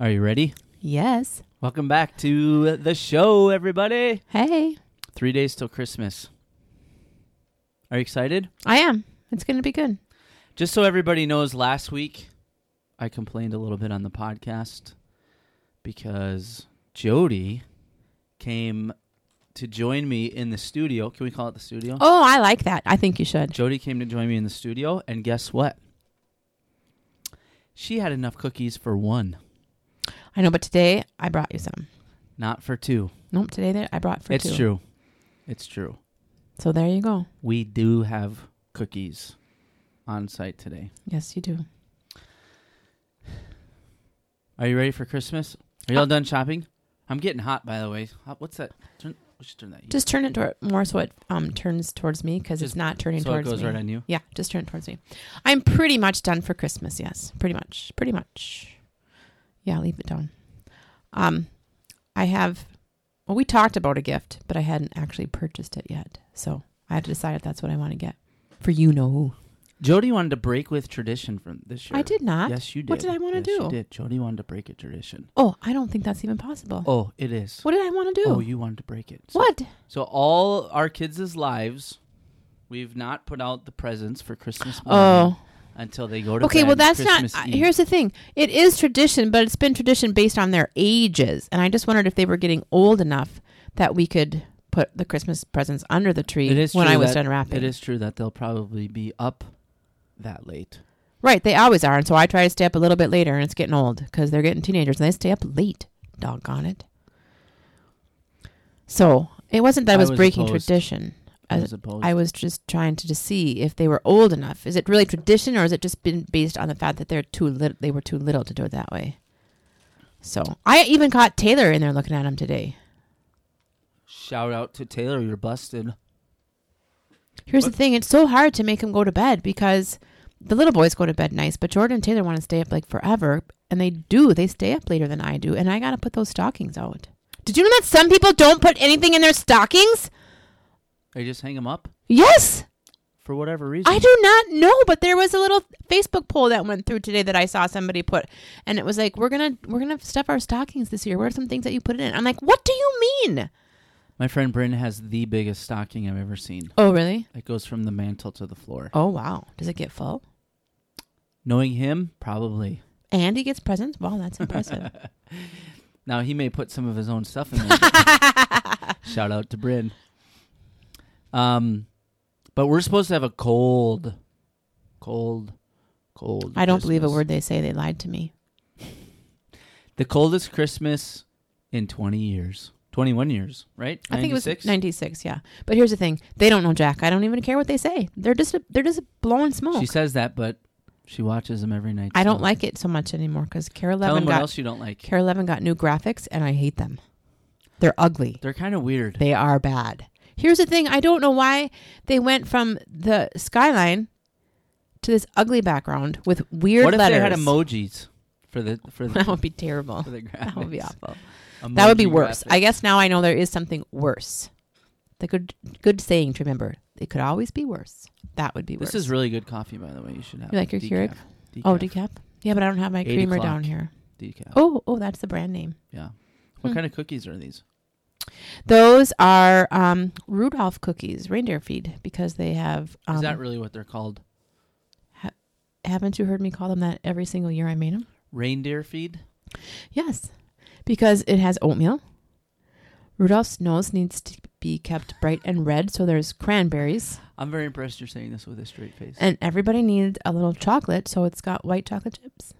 Are you ready? Yes. Welcome back to the show, everybody. Hey, Three days till Christmas. Are you excited? I am. It's going to be good. Just so everybody knows, last week I complained a little bit on the podcast because Jody came to join me in the studio. Can we call it the studio? Oh, I like that. I think you should. Jody came to join me in the studio, and guess what? She had enough cookies for one, I know, but today I brought you some. not for two. Nope, today that I brought for it's two. true. It's true. So there you go. We do have cookies on site today. Yes, you do. Are you ready for Christmas? Are Uh, y'all done shopping? I'm getting hot, by the way. Hot- What's that? Turn, we should turn that. heat. Just turn it toward, more so it um, turns towards me because it's Just- not turning so it towards goes me. right on you. Yeah, just turn it towards me. I'm pretty much done for Christmas. Yes, pretty much. Pretty much. Yeah, leave it down. Um, I have. Well, we talked about a gift, but I hadn't actually purchased it yet, so I have to decide if that's what I want to get for you know who. Jody wanted to break with tradition from this year. I did not. Yes, you did. What did I wanna Yes, you do? did. Jody wanted to break a tradition. Oh, I don't think that's even possible. Oh, it is. What did I want to do? Oh, you wanted to break it. So, what? so all our kids' lives, we've not put out the presents for Christmas morning Oh, until they go to okay. bed Well, that's Christmas not. Eve. uh, Here's the thing. It is tradition, but it's been tradition based on their ages, and I just wondered if they were getting old enough that we could put the Christmas presents under the tree It is when true I was that- done wrapping. It is true that they'll probably be up that late. right. They always are, and so I try to stay up a little bit later, and it's getting old because they're getting teenagers and they stay up late. Doggone it. So it wasn't that I I was, was breaking opposed. tradition. I Uh, was opposed. I was just trying to just see if they were old enough. Is it really tradition, or is it just been based on the fact that they're too little? They were too little to do it that way. So I even caught Taylor in there looking at him today. Shout out to Taylor, you're busted. Here's What? the thing: it's so hard to make him go to bed because the little boys go to bed nice, but Jordan and Taylor want to stay up like forever, and they do. They stay up later than I do, and I gotta put those stockings out. Did you know that some people don't put anything in their stockings? They just hang them up Yes. for whatever reason. I do not know, but there was a little Facebook poll that went through today that I saw somebody put, and it was like, "We're gonna we're gonna stuff our stockings this year. What are some things that you put it in?" I'm like, "What do you mean?" My friend Bryn has the biggest stocking I've ever seen. Oh, really? It goes from the mantle to the floor. Oh, wow. Does it get full? Knowing him, probably. And he gets presents. Wow, that's impressive. Now he may put some of his own stuff in there. Shout out to Bryn. Um, but we're supposed to have a cold, cold, cold. I don't believe a Christmas. word they say. They lied to me. The coldest Christmas in 20 years. 21 years, right? I think it was 96? 96. Yeah, but here's the thing: they don't know Jack. I don't even care what they say. They're just they're just blowing smoke. She says that, but she watches them every night. I don't still. like it so much anymore because Care Tell Eleven them what got else you don't like. Care Eleven got new graphics, and I hate them. They're ugly. They're kind of weird. They are bad. Here's the thing I don't know why they went from the skyline to this ugly background with weird what if letters. they had emojis for the for the, that would be terrible. for the graphics? That would be awful. that would be worse. I guess now I know there is something worse. The good good saying to remember. It could always be worse. That would be worse. this is really good coffee, by the way. You should have. You like your decaf. Keurig? Oh, decaf. decaf. Yeah, but I don't have my Eight creamer o'clock. down here. decaf. Oh, oh, that's the brand name. Yeah. What Hmm. kind of cookies are these? Those are um, Rudolph cookies, reindeer feed, because they have. Um, Is that really what they're called? haven't you heard me call them that every single year I made them? Reindeer feed? Yes, because it has oatmeal. Rudolph's nose needs to be kept bright and red, so there's cranberries. I'm very impressed you're saying this with a straight face. And everybody needs a little chocolate, so it's got white chocolate chips.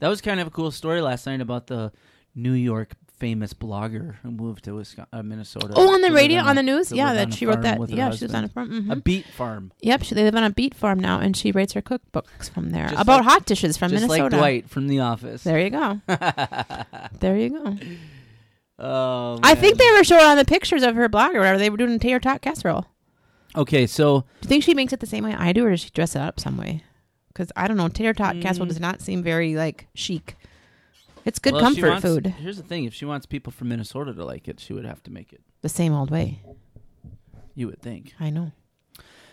that was kind of a cool story last night about the New York famous blogger who moved to Wisconsin, uh, Minnesota. Oh, on the to live radio, a- on the news, to yeah, live that on a she wrote farm that. with her Yeah, she was on a husband. farm. mhm. a beet farm. yep, she, they live on a beet farm now, and she writes her cookbooks from there Just about like- hot dishes from Just Minnesota. like Dwight from The Office. There you go. There you go. oh, I think man. they were showing on the pictures of her blog or whatever. They were doing a tater tot casserole. Okay, so Do you think she makes it the same way I do, or does she dress it up some way? Because I don't know, tater tot casserole Mm. does not seem very like chic. It's good Well, if she comfort wants- food, Here's the thing: if she wants people from Minnesota to like it, she would have to make it. the same old way. You would think. I know.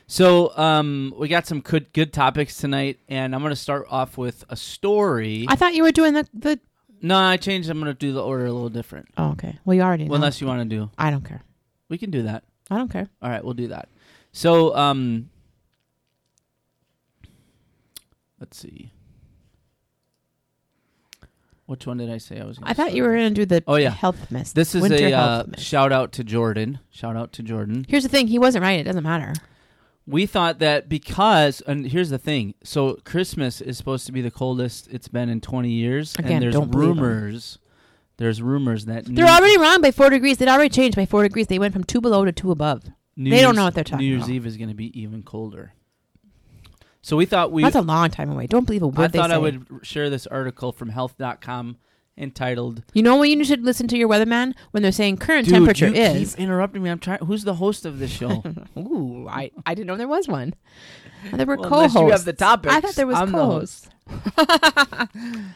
So, um, we got some good good topics tonight, and I'm going to start off with a story. I thought you were doing the the No, I changed. I'm gonna do the order a little different. Oh, okay. Well, you already know. Well, unless you want to do, I don't care. we can do that. I don't care. All right, we'll do that. So, um, let's see. Which one did I say I was? Gonna I thought start you were with? going to do the Oh, yeah. health mist. This is winter a health uh, mist. shout out to Jordan. Shout out to Jordan. Here's the thing. He wasn't right. It doesn't matter. Mm. We thought that because, and here's the thing. So Christmas is supposed to be the coldest it's been in 20 years, Again, and there's don't believe 'em. rumors. There's rumors that They're New- already wrong by four degrees. They'd already changed by four degrees. They went from two below to two above. New they don't Year's- know what they're talking New Year's about. Eve is going to be even colder. So we thought we That's a long time away. Don't believe a word I they thought I say. would r- share this article from health.com entitled You know when you should listen to your weatherman when they're saying current Dude, temperature you is. keep interrupting me. I'm trying who's the host of this show? Ooh, I, I didn't know there was one. And there were Well, co-hosts. unless you have the topics, I thought there was I'm the co-hosts.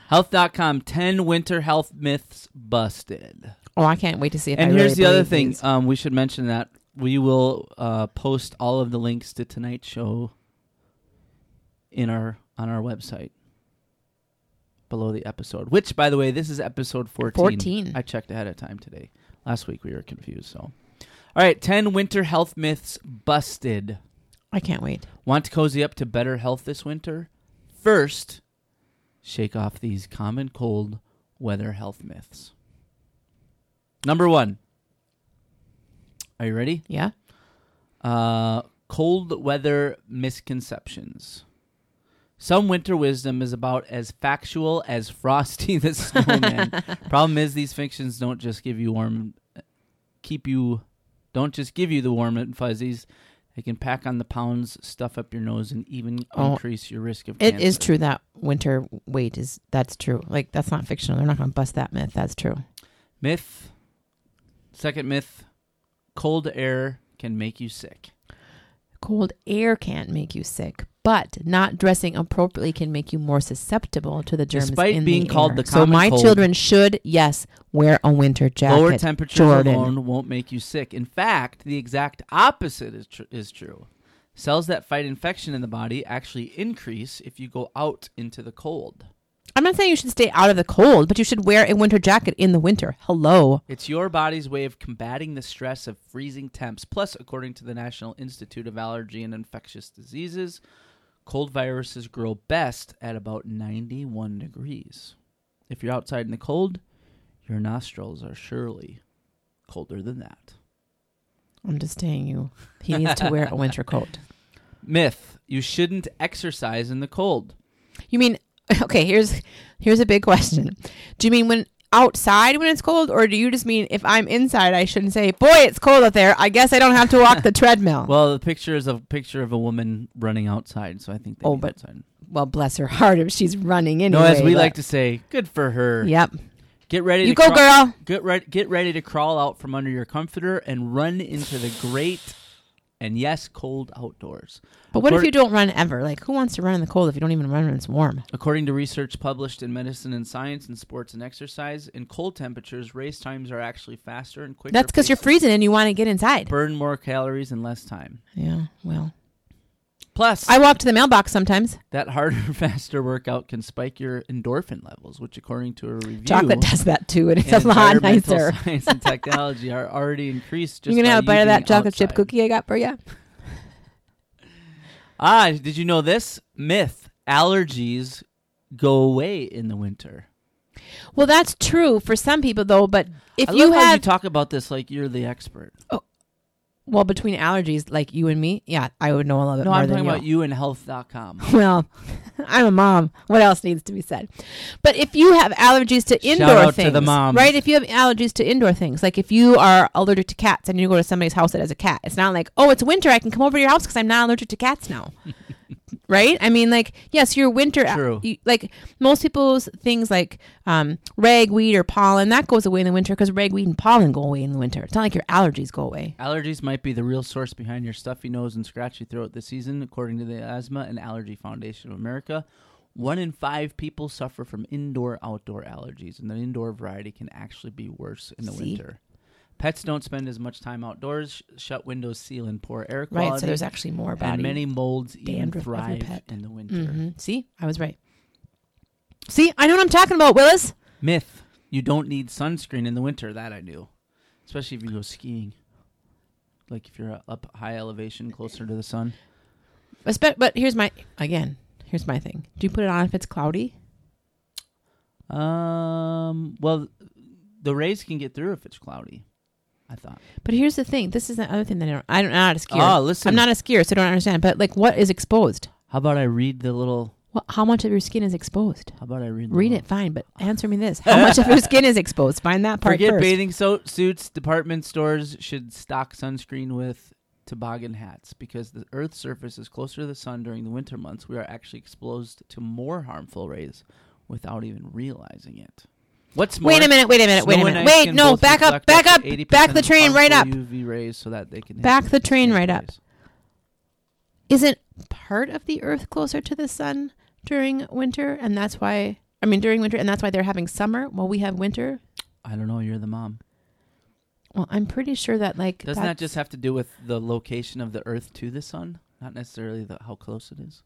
health.com 10 winter health myths busted. Oh, I can't wait to see if. and I here's really the other believe thing. these. Um, we should mention that we will uh, post all of the links to tonight's show in our on our website below the episode. Which, by the way, this is episode fourteen. 14. I checked ahead of time today. Last week we were confused. So, all right, ten winter health myths busted. I can't wait. Want to cozy up to better health this winter? First, shake off these common cold weather health myths. Number one. Are you ready? Yeah. Uh, cold weather misconceptions. Some winter wisdom is about as factual as Frosty the Snowman. Problem is, these fictions don't just give you warm, keep you, don't just give you the warm and fuzzies. They can pack on the pounds, stuff up your nose, and even Oh, increase your risk of It is cancer. true that winter weight is that's true. Like that's not fictional. They're not going to bust that myth. That's true. Myth. Second myth: cold air can make you sick. Cold air can't make you sick, but not dressing appropriately can make you more susceptible to the germs. Despite in being the called air. the so common my cold- children should yes wear a winter jacket. Lower temperatures Jordan. alone won't make you sick. In fact, the exact opposite is, tr- is true. Cells that fight infection in the body actually increase if you go out into the cold. I'm not saying you should stay out of the cold, but you should wear a winter jacket in the winter. Hello. It's your body's way of combating the stress of freezing temps. Plus, according to the National Institute of Allergy and Infectious Diseases, cold viruses grow best at about 91 degrees. If you're outside in the cold, your nostrils are surely colder than that. I'm just saying you. He needs to wear a winter coat. Myth you shouldn't exercise in the cold. You mean okay? Here's here's a big question. Do you mean when outside when it's cold, or do you just mean if I'm inside I shouldn't say, "Boy, it's cold out there. I guess I don't have to walk the treadmill." well, Well, the picture is a picture of a woman running outside, so I think. They Oh, mean but outside. bless her heart if she's running anyway. no, as we but- like to say, good for her. Yep. Get ready. You to go, crawl- girl. Get ready. Get ready to crawl out from under your comforter and run into the great, and yes, cold outdoors. But what if According- you don't run ever? Like, who wants to run in the cold if you don't even run when it's warm? According to research published in Medicine and Science and Sports and Exercise, in cold temperatures, race times are actually faster and quicker. That's because you're paced, freezing and you want to get inside. burn more calories in less time. Yeah. Well, Plus, I walk to the mailbox sometimes. that harder, faster workout can spike your endorphin levels, which, according to a review, Chocolate does that too, and it's and a lot environmental nicer. Science and technology are already increased. Just You gonna by have a bite of using that chocolate chip outside. cookie I got for you? Ah, did you know this myth? Allergies go away in the winter. Well, that's true for some people though. But if I you love how you have talk about this like you're the expert. well between allergies, like you and me, yeah, I would know a little bit No, more I'm than talking you. about you and health.com. Well, I'm a mom. What else needs to be said? But if you have allergies to indoor out to things, the moms. right? If you have allergies to indoor things, like if you are allergic to cats and you go to somebody's house that has a cat, it's not like, oh, it's winter. I can come over to your house because I'm not allergic to cats now. right? I mean, like, yes, your winter, uh, True. you- like most people's things like um, ragweed or pollen, that goes away in the winter because ragweed and pollen go away in the winter. It's not like your allergies go away. Allergies might be the real source behind your stuffy nose and scratchy throat this season, according to the Asthma and Allergy Foundation of America. One in five people suffer from indoor outdoor allergies, and the indoor variety can actually be worse in the See? winter. Pets don't spend as much time outdoors. Sh- shut windows, seal in poor air quality. Right. So there's actually more about and many molds even dandruff of your thrive pet. Mm-hmm. in the winter. hmm See, I was right. See, I know what I'm talking about, Willis. Myth: You don't need sunscreen in the winter. That I do, especially if you go skiing. Like if you're up high elevation, closer to the sun. Espe- but here's my again. Here's my thing. Do you put it on if it's cloudy? Um. Well, the rays can get through if it's cloudy. I thought. But here's the thing. This is the other thing that I don't. I don't, I'm not a skier. Oh, listen. I'm not a skier, so I don't understand. But like, what is exposed? How about I read the little? What, how much of your skin is exposed? How about I read? The Read little- it, fine. But answer me this: How much of your skin is exposed? Find that part Forget first. bathing so- suits. Department stores should stock sunscreen with toboggan hats because the Earth's surface is closer to the sun during the winter months. We are actually exposed to more harmful rays without even realizing it. What's more, Wait a minute! Wait a minute! Wait a snow and minute! ice Wait! can No! both Back up! reflect Back to up! 80% Back the of train right up! harmful UV rays so that they can hit Back the train UV right up. rays. Isn't part of the Earth closer to the sun during winter, and that's why? I mean, during winter, and that's why they're having summer while we have winter. I don't know. You're the mom. Well, I'm pretty sure that like Doesn't that that's- just have to do with the location of the Earth to the Sun, not necessarily the, how close it is?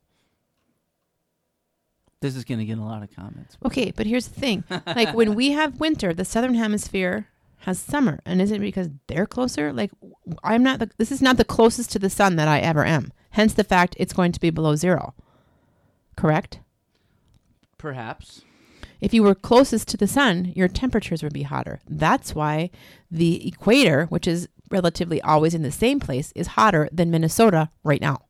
This is going to get a lot of comments. Okay, but here's the thing. Like when we have winter, the southern hemisphere has summer, and is it because they're closer? Like w- I'm not the this is not the closest to the sun that I ever am. Hence the fact it's going to be below 0. Correct? Perhaps. If you were closest to the sun, your temperatures would be hotter. That's why the equator, which is relatively always in the same place, is hotter than Minnesota right now.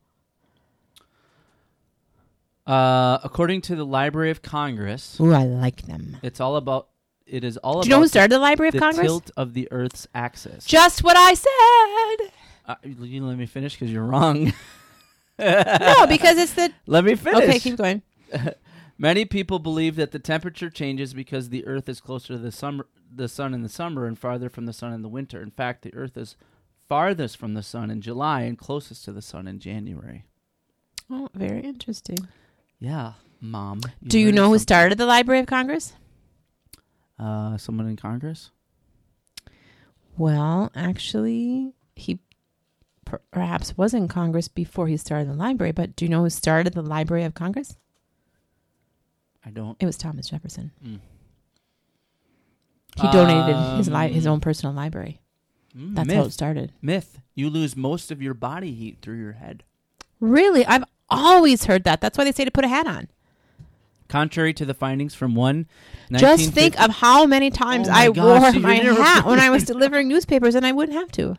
Uh, according to the Library of Congress, Ooh, I like them. it's all about. It is all Do about you know who the, started the Library of the Congress? tilt of the Earth's axis. Just what I said. uh, you let me finish because you're wrong. No, because it's the Let me finish. Okay, keep going. Many people believe that the temperature changes because the Earth is closer to the summer, the sun in the summer, and farther from the sun in the winter. In fact, the Earth is farthest from the sun in July and closest to the sun in January. Oh, very interesting. Yeah, mom. Do you learned know who something. started the Library of Congress? Uh, someone in Congress. Well, actually, he per- perhaps was in Congress before he started the library, but do you know who started the Library of Congress? I don't. It was Thomas Jefferson. Mm. He donated his li- his Um, own personal library. Mm, That's how it myth. started. myth. You lose most of your body heat through your head. Really? I've always heard that. That's why they say to put a hat on. Contrary to the findings from one. Just think 1950 of how many times Oh my I gosh, wore you my never- hat when I was delivering newspapers and I wouldn't have to.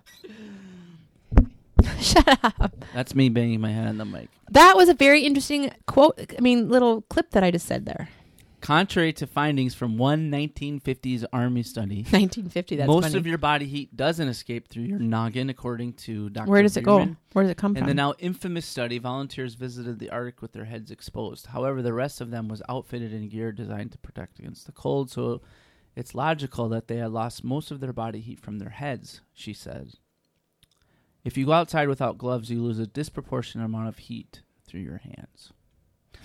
Shut up. That's me banging my head on the mic. That was a very interesting quote. I mean, little clip that I just said there. Contrary to findings from one 1950s Army study, 1950. That's most funny. of your body heat doesn't escape through your noggin, according to Dr. Where does it go? Bierman. Where does it come In from? the now infamous study, volunteers visited the Arctic with their heads exposed. However, the rest of them was outfitted in gear designed to protect against the cold, so it's logical that they had lost most of their body heat from their heads, she said. If you go outside without gloves, you lose a disproportionate amount of heat through your hands.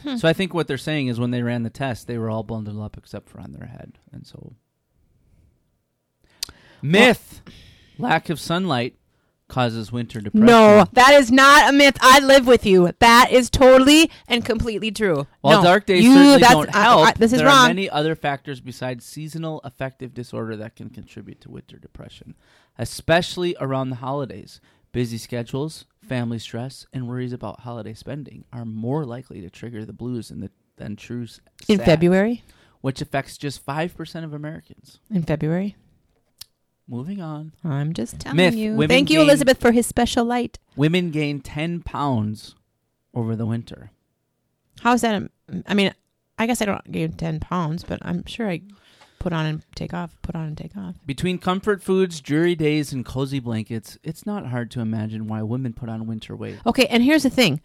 Hmm. So I think what they're saying is when they ran the test, they were all bundled up except for on their head. And so myth lack of sunlight causes winter depression. no, that is not a myth. I live with you. That is totally and completely true. While No, dark days you, certainly that's- don't I- I- help, this is there wrong. are many other factors besides seasonal affective disorder that can contribute to winter depression, especially around the holidays. Busy schedules, family stress, and worries about holiday spending are more likely to trigger the blues than, the, than true s- in sad, February. which affects just 5% of Americans. In February. Moving on. I'm just telling Myth, you. women Thank you, gain- Elizabeth, for his special light. Women gain 10 pounds over the winter. How is that? A, I mean, I guess I don't gain 10 pounds, but I'm sure I put on and take off, put on and take off. Between comfort foods, dreary days, and cozy blankets, it's not hard to imagine why women put on winter weight. Okay, and here's the thing.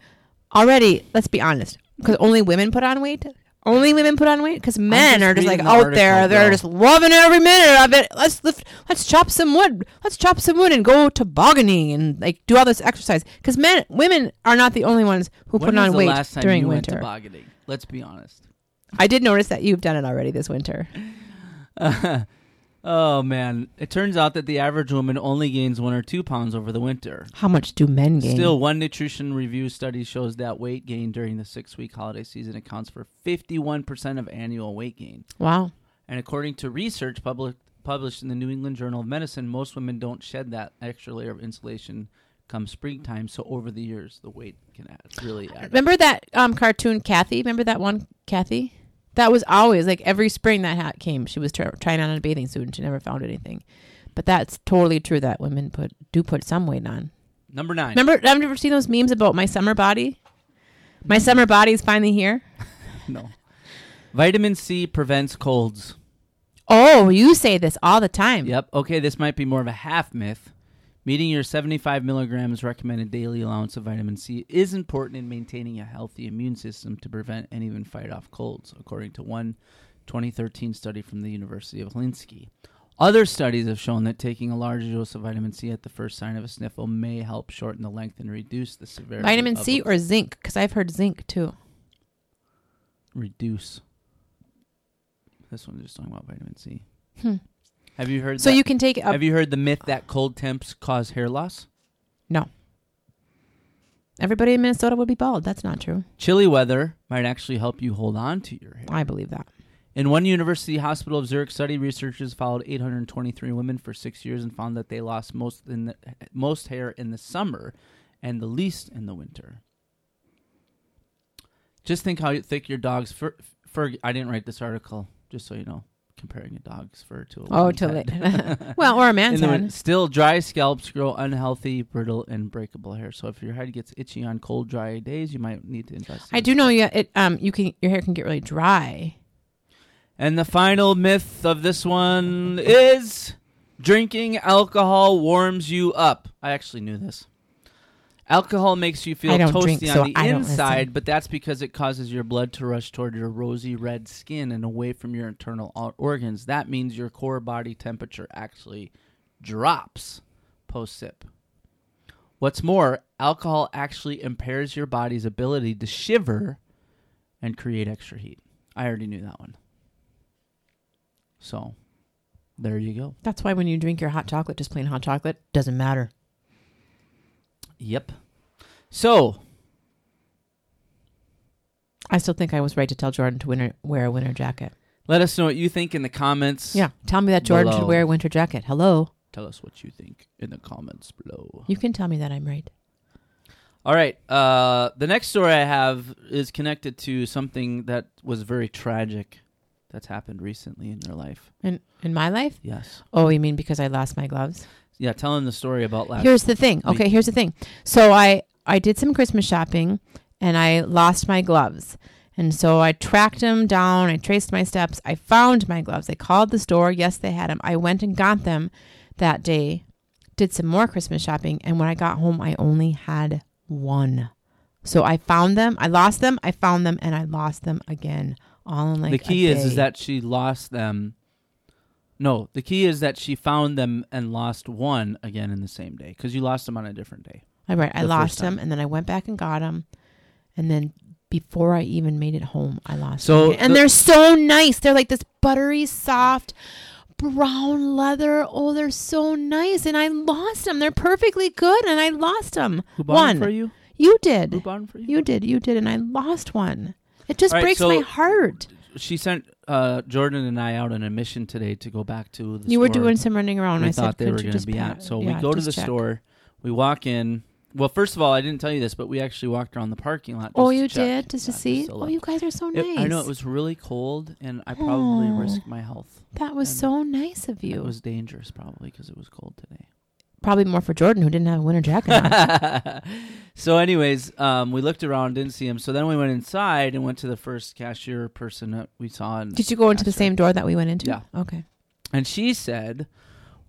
Already, let's be honest, because only women put on weight. Only women put on weight because men just are just like reading out the there. article, They're girl. just loving every minute of it. Let's lift, let's chop some wood. Let's chop some wood and go tobogganing and like do all this exercise. Because men, women are not the only ones who When put was on the weight last time during you went winter. tobogganing? Let's be honest. I did notice that you've done it already this winter. oh man! It turns out that the average woman only gains one or two pounds over the winter. How much do men gain? Still, one nutrition review study shows that weight gain during the six-week holiday season accounts for 51% of annual weight gain. wow. And according to research public, published in the New England Journal of Medicine, most women don't shed that extra layer of insulation come springtime. So over the years, the weight can add, really add. up. Remember that um, cartoon Kathy? Remember that one Kathy? That was always like every spring that hat came. She was tr- trying on a bathing suit and she never found anything. But that's totally true that women put do put some weight on. Number nine. Remember, I've never seen those memes about my summer body. My summer body's finally here. no. Vitamin C prevents colds. Oh, you say this all the time. Yep. Okay, this might be more of a half myth. Meeting your 75 milligrams recommended daily allowance of vitamin C is important in maintaining a healthy immune system to prevent and even fight off colds, according to one 2013 study from the University of Helsinki. Other studies have shown that taking a large dose of vitamin C at the first sign of a sniffle may help shorten the length and reduce the severity. Vitamin of C the- or zinc? Because I've heard zinc too. reduce. This one's just talking about vitamin C. Hmm. Have you heard? So that- you can take a, have you heard the myth that cold temps cause hair loss? everybody in Minnesota would be bald. That's not true. Chilly weather might actually help you hold on to your hair. I believe that. In one university hospital of Zurich study, researchers followed 823 women for six years and found that they lost most in the, most hair in the summer, and the least in the winter. Just think how thick your dog's fur. fur I didn't write this article, just so you know. Comparing a dog's fur to a Oh, woman's till head. late. well, or a In man's the head. win- still, dry scalps grow unhealthy, brittle, and breakable hair. So if your head gets itchy on cold, dry days, you might need to invest. I in- do know you. It um you can your hair can get really dry. And the final myth of this one is drinking alcohol warms you up. I actually knew this. Alcohol makes you feel I don't toasty drink, on so the I don't listen. inside, but that's because it causes your blood to rush toward your rosy red skin and away from your internal o- organs. That means your core body temperature actually drops post sip. What's more, alcohol actually impairs your body's ability to shiver and create extra heat. I already knew that one. So, there you go. That's why when you drink your hot chocolate, just plain hot chocolate, doesn't matter. Yep. So, I still think I was right to tell Jordan to winter, wear a winter jacket. let us know what you think in the comments. Yeah, tell me that Jordan should Below. wear a winter jacket. Hello, Tell us what you think in the comments below. you can tell me that I'm right. All right. Uh, the next story I have is connected to something that was very tragic that's happened recently in your life. In in my life, Yes. oh, you mean because I lost my gloves? Yeah. Tell him the story about last. Here's the thing. week. Okay, here's the thing. So I I did some Christmas shopping and I lost my gloves. And so I tracked them down. I traced my steps. I found my gloves. I called the store. Yes, they had them. I went and got them that day. Did some more Christmas shopping and when I got home I only had one. So I found them. I lost them. I found them and I lost them again. All in like the key a is is day. that she lost them. No, the key is that she found them and lost one again in the same day because you lost them on a different day. All right, I the lost first them, time. and then I went back and got them, and then before I even made it home, I lost. So them. again. and the- they're so nice. They're like this buttery, soft brown leather. Oh, they're so nice, and I lost them. They're perfectly good, and I lost them. Who bought One, them for you? you Who did, bought them for you? you did, you did, and I lost one. It just All right, breaks so- my heart. She sent uh, Jordan and I out on a mission today to go back to the You were store doing some running around. we I thought said, they "Couldn't were you going just to be pa- at. So yeah, we go to just the check." store. We walk in. Well, first of all, I didn't tell you this, but we actually walked around the parking lot. Oh, just to you check did just to that it was see. still Oh, up. you guys are so nice. It- I know it was really cold, and I probably Oh. risked my health. That was and so nice of you. It was dangerous, probably because it was cold today. probably more for Jordan who didn't have a winter jacket on. so, anyways, um, we looked around, didn't see him. So then we went inside and went to the first cashier person that we saw, and, Did you go into the That's same door that we went into? Yeah. Okay. and she said,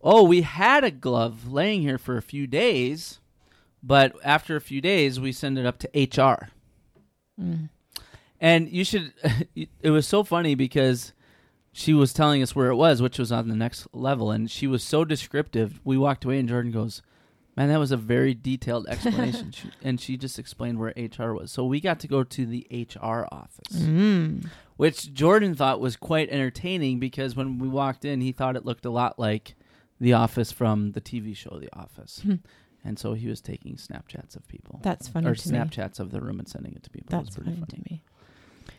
"Oh, we had a glove laying here for a few days, but after a few days, we send it up to HR." Mm. And you should. It was so funny because she was telling us where it was, which was on the next level, and she was so descriptive. We walked away, and Jordan goes, "Man, that was a very detailed explanation." she, and she just explained where HR was. So we got to go to the HR office, Mm. which Jordan thought was quite entertaining because when we walked in, he thought it looked a lot like the office from the TV show The Office, Hmm. and so he was taking Snapchats of people That's funny or to me. Snapchats of the room and sending it to people. It was That's pretty funny to me.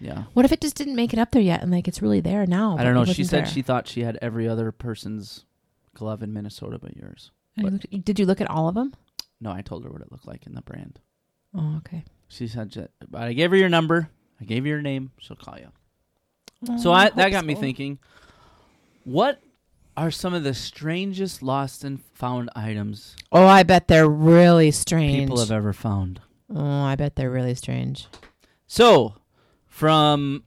Yeah. What if it just didn't make it up there yet and like it's really there now? I don't but know. it She wasn't said there? she thought she had every other person's glove in Minnesota but yours. And you looked- did you look at all of them? No, I told her what it looked like in the brand. Oh, okay. She said, j- but I gave her your number. I gave her your name. She'll call you. So Oh, I, hope that got me so. thinking. What are some of the strangest lost and found items Oh, I bet they're really strange. people have ever found? oh, I bet they're really strange. So, from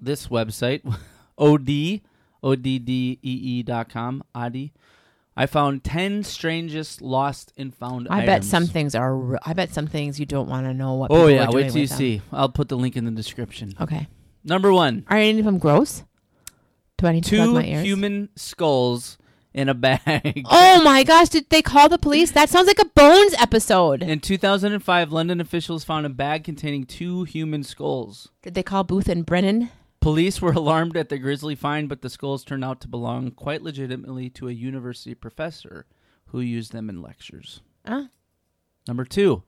this website, od oddee E dot com, oddy, I found ten strangest lost and found. I bet items. some things are. re- I bet some things you don't want to know what. Oh people yeah, are wait doing till you with them. see. I'll put the link in the description. Okay. Number one. Are any of them gross? Do I need to plug two my ears? human skulls in a bag. Oh my gosh! Did they call the police? That sounds like a Bones episode. In 2005, London officials found a bag containing two human skulls. Did they call Booth and Brennan? Police were alarmed at the grisly find, but the skulls turned out to belong quite legitimately to a university professor who used them in lectures. Huh? Number two,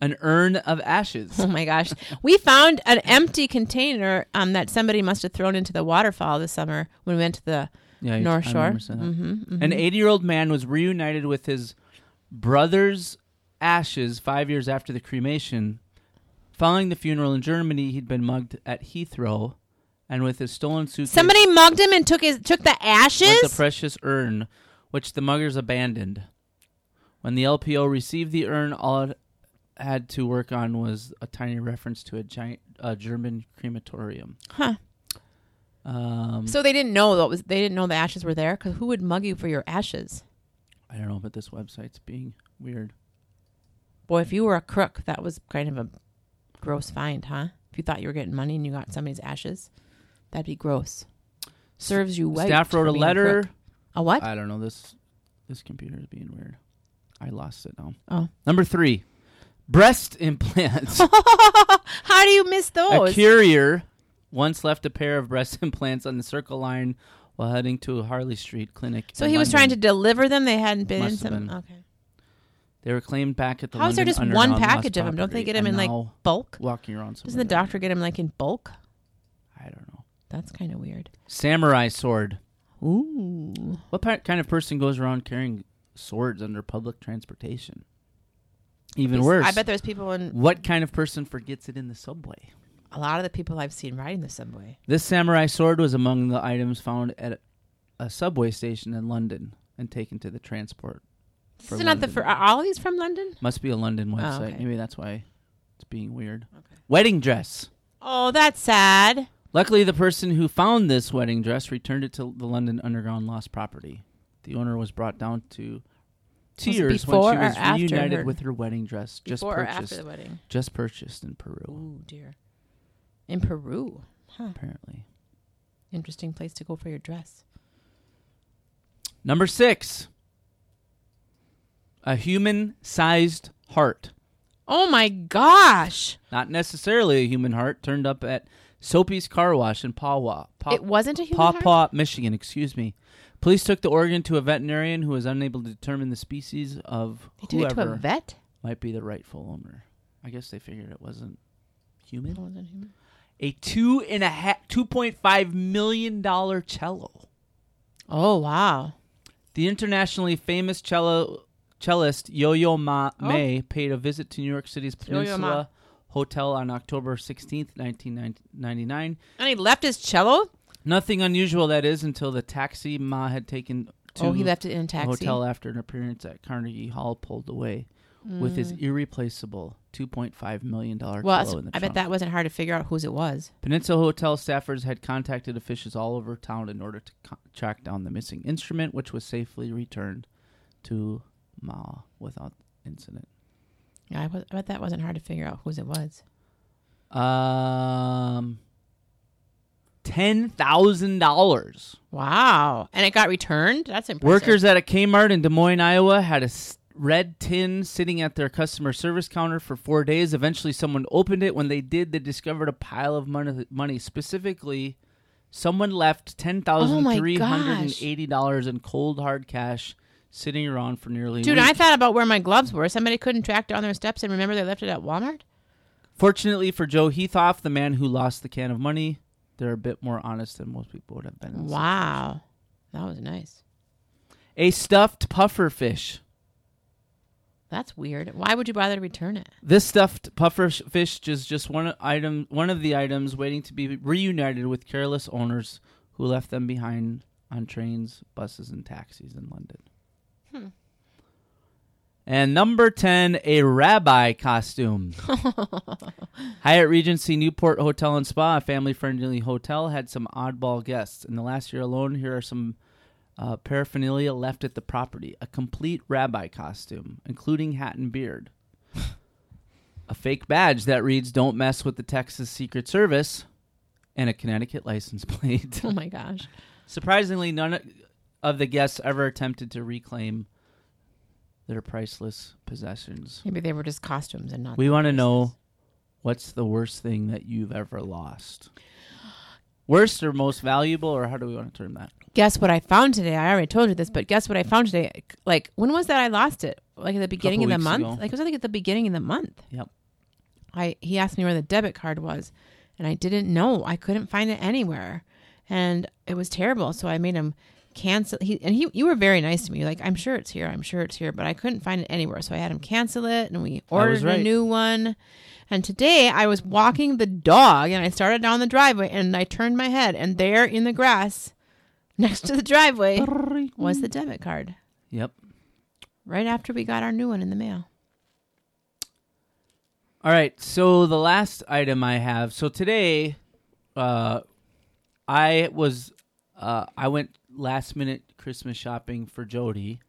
an urn of ashes. Oh my gosh! we found an empty container um, that somebody must have thrown into the waterfall this summer when we went to the Yeah, you- North I Shore. remember saying that. Mm-hmm, An 80 year old man was reunited with his brother's ashes five years after the cremation. Following the funeral in Germany, he'd been mugged at Heathrow, and with his stolen suitcase Somebody mugged him and took his took the ashes. was the precious urn, which the muggers abandoned. When the LPO received the urn, all it had to work on was a tiny reference to a giant a German crematorium. Huh. Um, so they didn't know that was they didn't know the ashes were there because who would mug you for your ashes? I don't know, but this website's being weird. Boy, if you were a crook, that was kind of a gross find, huh? If you thought you were getting money and you got somebody's ashes, that'd be gross. Serves you right. Staff wrote for a being crook. letter. A what? I don't know. This this computer is being weird. I lost it now. Oh. Number three, breast implants. How do you miss a those? courier once left a pair of breast implants on the Circle Line while heading to a Harley Street clinic. So in he was trying to London. deliver them. They hadn't been in Must have some. been. Okay. They were claimed back at the. How is there London just Underground one Lost package of them? Don't Property they get 'em and in, like, now Bulk? walking around? Doesn't the somewhere. doctor get him like in bulk? I don't know. That's kind of weird. Samurai sword. Ooh. What pa- kind of person goes around carrying swords under public transportation? Even worse. I bet there's people in what kind of person forgets it in the subway? a lot of the people I've seen riding the subway. This samurai sword was among the items found at a subway station in London and taken to the transport. This For is not the London. for are all these from London? Must be a London website. Oh, okay. Maybe that's why it's being weird. Okay. Wedding dress. Oh, that's sad. Luckily, the person who found this wedding dress returned it to the London Underground lost property. The owner was brought down to tears when before she or was after reunited her- with her wedding dress just Before or purchased after the wedding? just purchased in Peru Ooh, dear. In Peru, apparently. interesting place to go for your dress. Number 6. A human-sized heart. Oh my gosh! not necessarily a human heart, turned up at Soapy's Car Wash in Pawa, it wasn't a human heart? Paw, Michigan. Excuse me. Police took the organ to a veterinarian who was unable to determine the species of They took it to a whoever vet. might be the rightful owner. I guess they figured it wasn't It human. wasn't human. A two and a half, two point five million dollar cello. Oh wow! The internationally famous cello cellist Yo-Yo Ma May paid a visit to New York City's Oh. Yo-Yo Ma. Peninsula Hotel on October 16th, 1999. And he left his cello. Nothing unusual, that is, until the taxi Ma had taken to Oh, he left it in a the taxi. hotel after an appearance at Carnegie Hall pulled away with his irreplaceable $2.5 million dollar Mm. Well, cello so in the I bet trunk. that wasn't hard to figure out whose it was. Peninsula Hotel staffers had contacted officials all over town in order to co- track down the missing instrument, which was safely returned to Ma without incident. Yeah, I, was, I bet that wasn't hard to figure out whose it was. Um, $10,000. Wow! And it got returned. That's impressive. Workers at a Kmart in Des Moines, Iowa had a s- red tin sitting at their customer service counter for four days. Eventually, someone opened it. When they did, they discovered a pile of money. money. Specifically, someone left $10,380 in cold hard cash sitting around for nearly a Dude, week. I thought about where my gloves were. Somebody couldn't track down their steps and remember they left it at Walmart. Fortunately for Joe Heathoff, the man who lost the can of money, they're a bit more honest than most people would have been. in this Wow. That was nice. situation. A stuffed puffer fish. That's weird. Why would you bother to return it? This stuffed puffer sh- fish is just one item, one of the items waiting to be reunited with careless owners who left them behind on trains, buses, and taxis in London. Hmm. And number ten, a rabbi costume. Hyatt Regency Newport Hotel and Spa, a family-friendly hotel, had some oddball guests. In the last year alone, here are some uh, paraphernalia left at the property: a complete rabbi costume, including hat and beard a fake badge that reads "Don't mess with the Texas Secret Service," and a Connecticut license plate. oh my gosh. Surprisingly, none of the guests ever attempted to reclaim their priceless possessions. Maybe they were just costumes and not. We their want to faces. know what's the worst thing that you've ever lost. Worst or most valuable, or how do we want to term that? Guess what I found today? I already told you this, but guess what I found today? Like, when was that I lost it? Like at the beginning Couple of the weeks month? ago. Like, it was I think at the beginning of the month. Yep. I he asked me where the debit card was, and I didn't know. I couldn't find it anywhere, and it was terrible. So I made him cancel. He and he you were very nice to me. Like I'm sure it's here. I'm sure it's here, but I couldn't find it anywhere. So I had him cancel it, and we ordered right. a new one. And today I was walking the dog, and I started down the driveway, and I turned my head, and there in the grass, next to the driveway, was the debit card. Yep. Right after we got our new one in the mail. All right. So the last item I have. So today, uh, I was uh, I went last minute Christmas shopping for Jody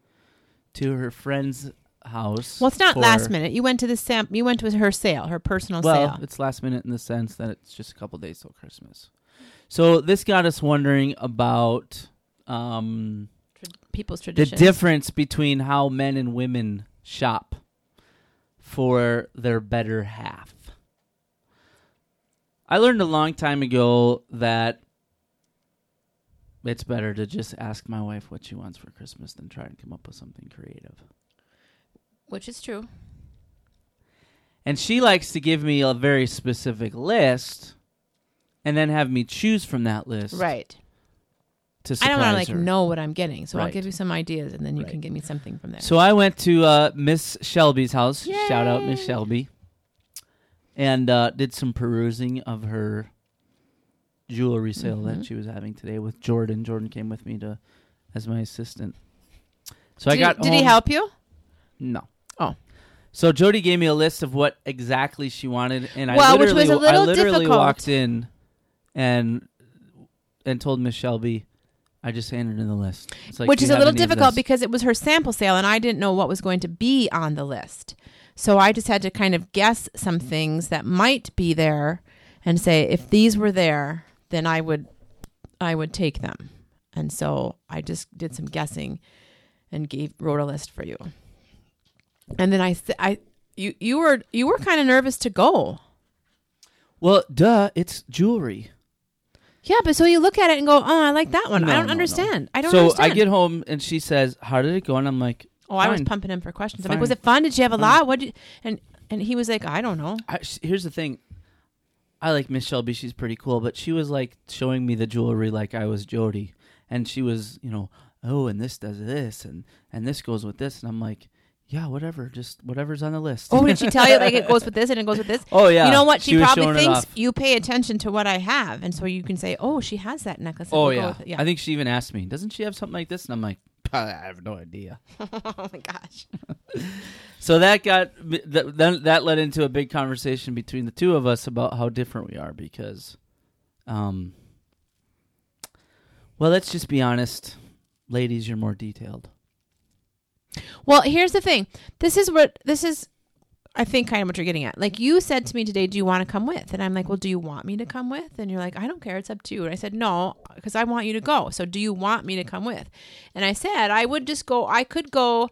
to her friend's house. Well, it's not for- last minute. You went to the sam. You went to her sale, her personal Well, sale. it's last minute in the sense that it's just a couple days till Christmas. So this got us wondering about um, people's the traditions. difference between how men and women shop for their better half. I learned a long time ago that it's better to just ask my wife what she wants for Christmas than try and come up with something creative. which is true. And she likes to give me a very specific list and then have me choose from that list Right. to I surprise don't want to like her. know what I'm getting, so I'll Right. give you some ideas, and then you Right. can give me something from there. So I went to uh, Miss Shelby's house. Shout out Miss Yay. Shelby. And uh, did some perusing of her jewelry sale that Mhm. she was having today with Jordan. Jordan came with me to as my assistant. So did, I got he, did he home- help you? No. Oh. So Jody gave me a list of what exactly she wanted and I Well, which literally was a I little literally difficult. walked in and and told Miss Shelby I just handed her the list. It's like, Which "Do is you a have little any of difficult this?" because it was her sample sale, and I didn't know what was going to be on the list. So I just had to kind of guess some things that might be there, and say if these were there, then I would, I would take them. And so I just did some guessing, and gave wrote a list for you. And then I, s- I, you, you were you were kind of nervous to go. Well, duh, it's jewelry. Yeah, but so you look at it and go, "Oh, I like that one." No, I no, don't no. understand. I don't so understand. I get home and she says, "How did it go?" And I'm like, oh, I was fine. pumping him for questions. I'm Fine. like, "Was it fun? Did you have a Fine. lot? What?" Did you, and and he was like, "I don't know." I, sh- "Here's the thing. I like Miss Shelby. She's pretty cool, but she was like showing me the jewelry like I was Jody, and she was, you know, oh, and this does this, and and this goes with this, and I'm like, yeah, whatever, just whatever's on the list. Oh, did she tell you like it goes with this and it goes with this? oh yeah. You know what? She, was probably showing it thinks off. you pay attention to what I have, and so you can say, "Oh, she has that necklace." Oh We'll go yeah. with it." yeah. I think she even asked me, doesn't she have something like this? And I'm like, I have no idea. oh my gosh. So that got th- then that led into a big conversation between the two of us about how different we are because, um, well, let's just be honest, ladies, you're more detailed. Well, here's the thing. This is what this is. I think kind of what you're getting at. Like you said to me today, do you want to come with? And I'm like, well, do you want me to come with? And you're like, I don't care. It's up to you. And I said, no, because I want you to go. So do you want me to come with? And I said, I would just go. I could go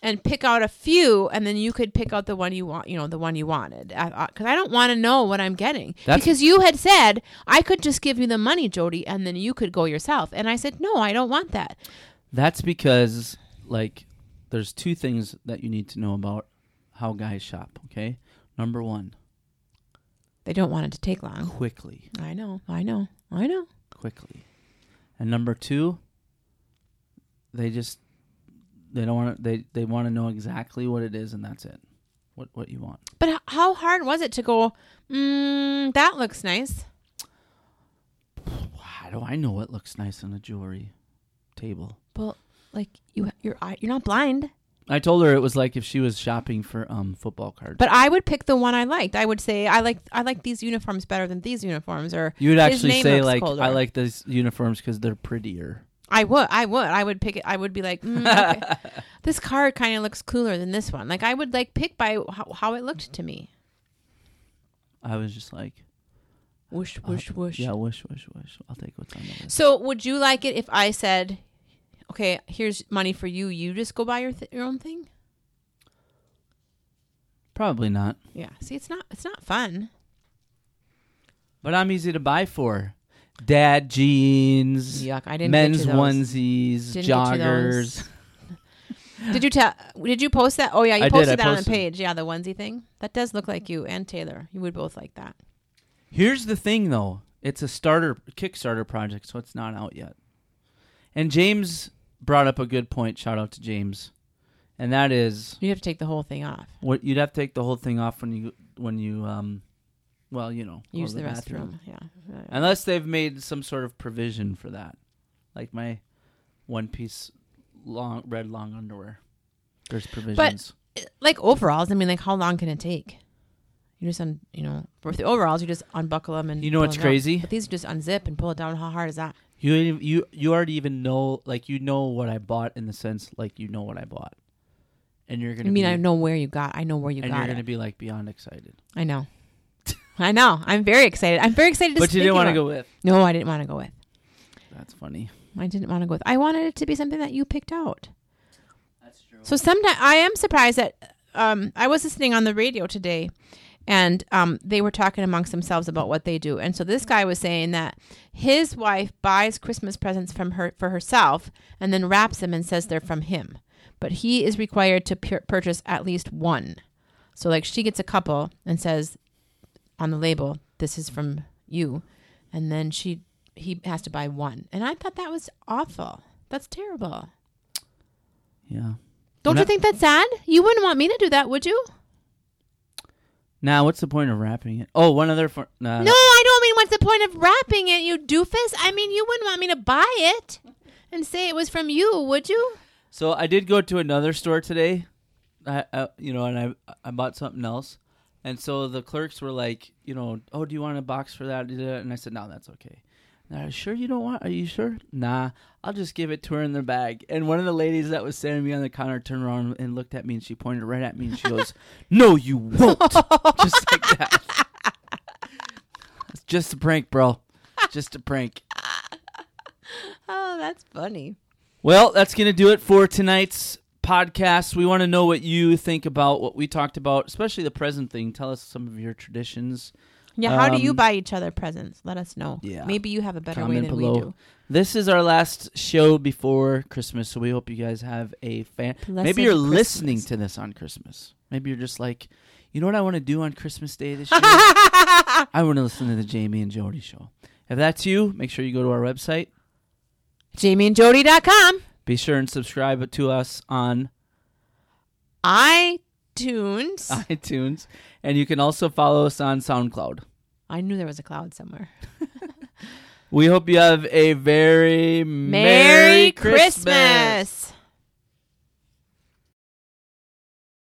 and pick out a few, and then you could pick out the one you want. You know, the one you wanted. Because I, don't want to know what I'm getting. That's- because you had said I could just give you the money, Jody, and then you could go yourself. And I said, no, I don't want that. That's because like there's two things that you need to know about how guys shop. Okay, number one, They don't want it to take long. quickly, I know. I know. I know. quickly. And number two, they just they don't want to, they they want to know exactly what it is and that's it. What what you want? But h- how hard was it to go? Mm, that looks nice. How do I know what looks nice on a jewelry table? Well, like you, you're eye- you're not blind. I told her it was like if she was shopping for um football cards. But I would pick the one I liked. I would say I like I like these uniforms better than these uniforms. Or you would his actually name say looks like colder. I like these uniforms because they're prettier. I would I would I would pick it. I would be like, mm, okay. this card kind of looks cooler than this one. Like I would like pick by how, how it looked to me. I was just like, Whoosh whoosh whoosh. Uh, yeah, wish, wish, wish. I'll take what's on the list. So would you like it if I said, okay, here's money for you. You just go buy your th- your own thing. Probably not, Yeah. See, it's not it's not fun. but I'm easy to buy for. Dad jeans, Yuck! I didn't. men's get to those. onesies, Didn't get to those. joggers. Did you tell? Did you post that? Oh yeah, you I did, posted I that on the posted it. page. Yeah, the onesie thing. That does look like you and Taylor. You would both like that. Here's the thing, though. It's a starter Kickstarter project, so it's not out yet. And James brought up a good point. Shout out to James, and that is You have to take the whole thing off. what you'd have to take the whole thing off when you when you um, well, you know, go Use to the, restroom. Yeah. Yeah. unless they've made some sort of provision for that, like my one piece long red long underwear. There's provisions. Like overalls. I mean, like how long can it take? You just un, you know, with the overalls, you just unbuckle them and You know pull what's them down. crazy? But these you just unzip and pull it down. How hard is that? You you you already even know like you know what I bought in the sense like you know what I bought, and you're gonna I mean, be, I know where you got. I know where you and got you're it. gonna be like beyond excited. I know. I know. I'm very excited. I'm very excited. but you didn't want want to go with. No, I didn't want to go with. That's funny. I didn't want to go with. I wanted it to be something that you picked out. That's true. So sometimes I am surprised that um, I was listening on the radio today, and um, they were talking amongst themselves about what they do. And so this guy was saying that his wife buys Christmas presents from her for herself and then wraps them and says they're from him, but he is required to pur- purchase at least one. So like she gets a couple and says on the label, "This is from you," and then she he has to buy one. And I thought that was awful. That's terrible. Yeah. Don't And you I- think that's sad? You wouldn't want me to do that, would you? Now what's the point of wrapping it? Oh, one other. For, nah, no, I don't mean what's the point of wrapping it, you doofus. I mean, you wouldn't want me to buy it and say it was from you, would you? So I did go to another store today, I, I you know, and I I bought something else, and so the clerks were like, you know, oh, do you want a box for that? And I said, no, that's okay. And I was sure you don't want? Are you sure? Nah, I'll just give it to her in the bag. And one of the ladies that was standing behind the counter turned around and looked at me, and she pointed right at me, and she goes, "No, you won't!" just like that. It's just a prank, bro. Just a prank. Oh, that's funny. Well, that's going to do it for tonight's podcast. We want to know what you think about what we talked about, especially the present thing. Tell us some of your traditions. Yeah, how do you Um, buy each other presents? Let us know. Yeah. Maybe you have a better way Comment than we below. do. This is our last show before Christmas, so we hope you guys have a fan. Blessed Maybe you're Christmas. listening to this on Christmas. Maybe you're just like, you know what I want to do on Christmas Day this year? I want to listen to the Jamie and Jody show. If that's you, make sure you go to our website. JamieandJody.com. Be sure and subscribe to us on iTunes. Ah. iTunes. And you can also follow us on SoundCloud. I knew there was a cloud somewhere. We hope you have a very Merry, Merry Christmas. Christmas.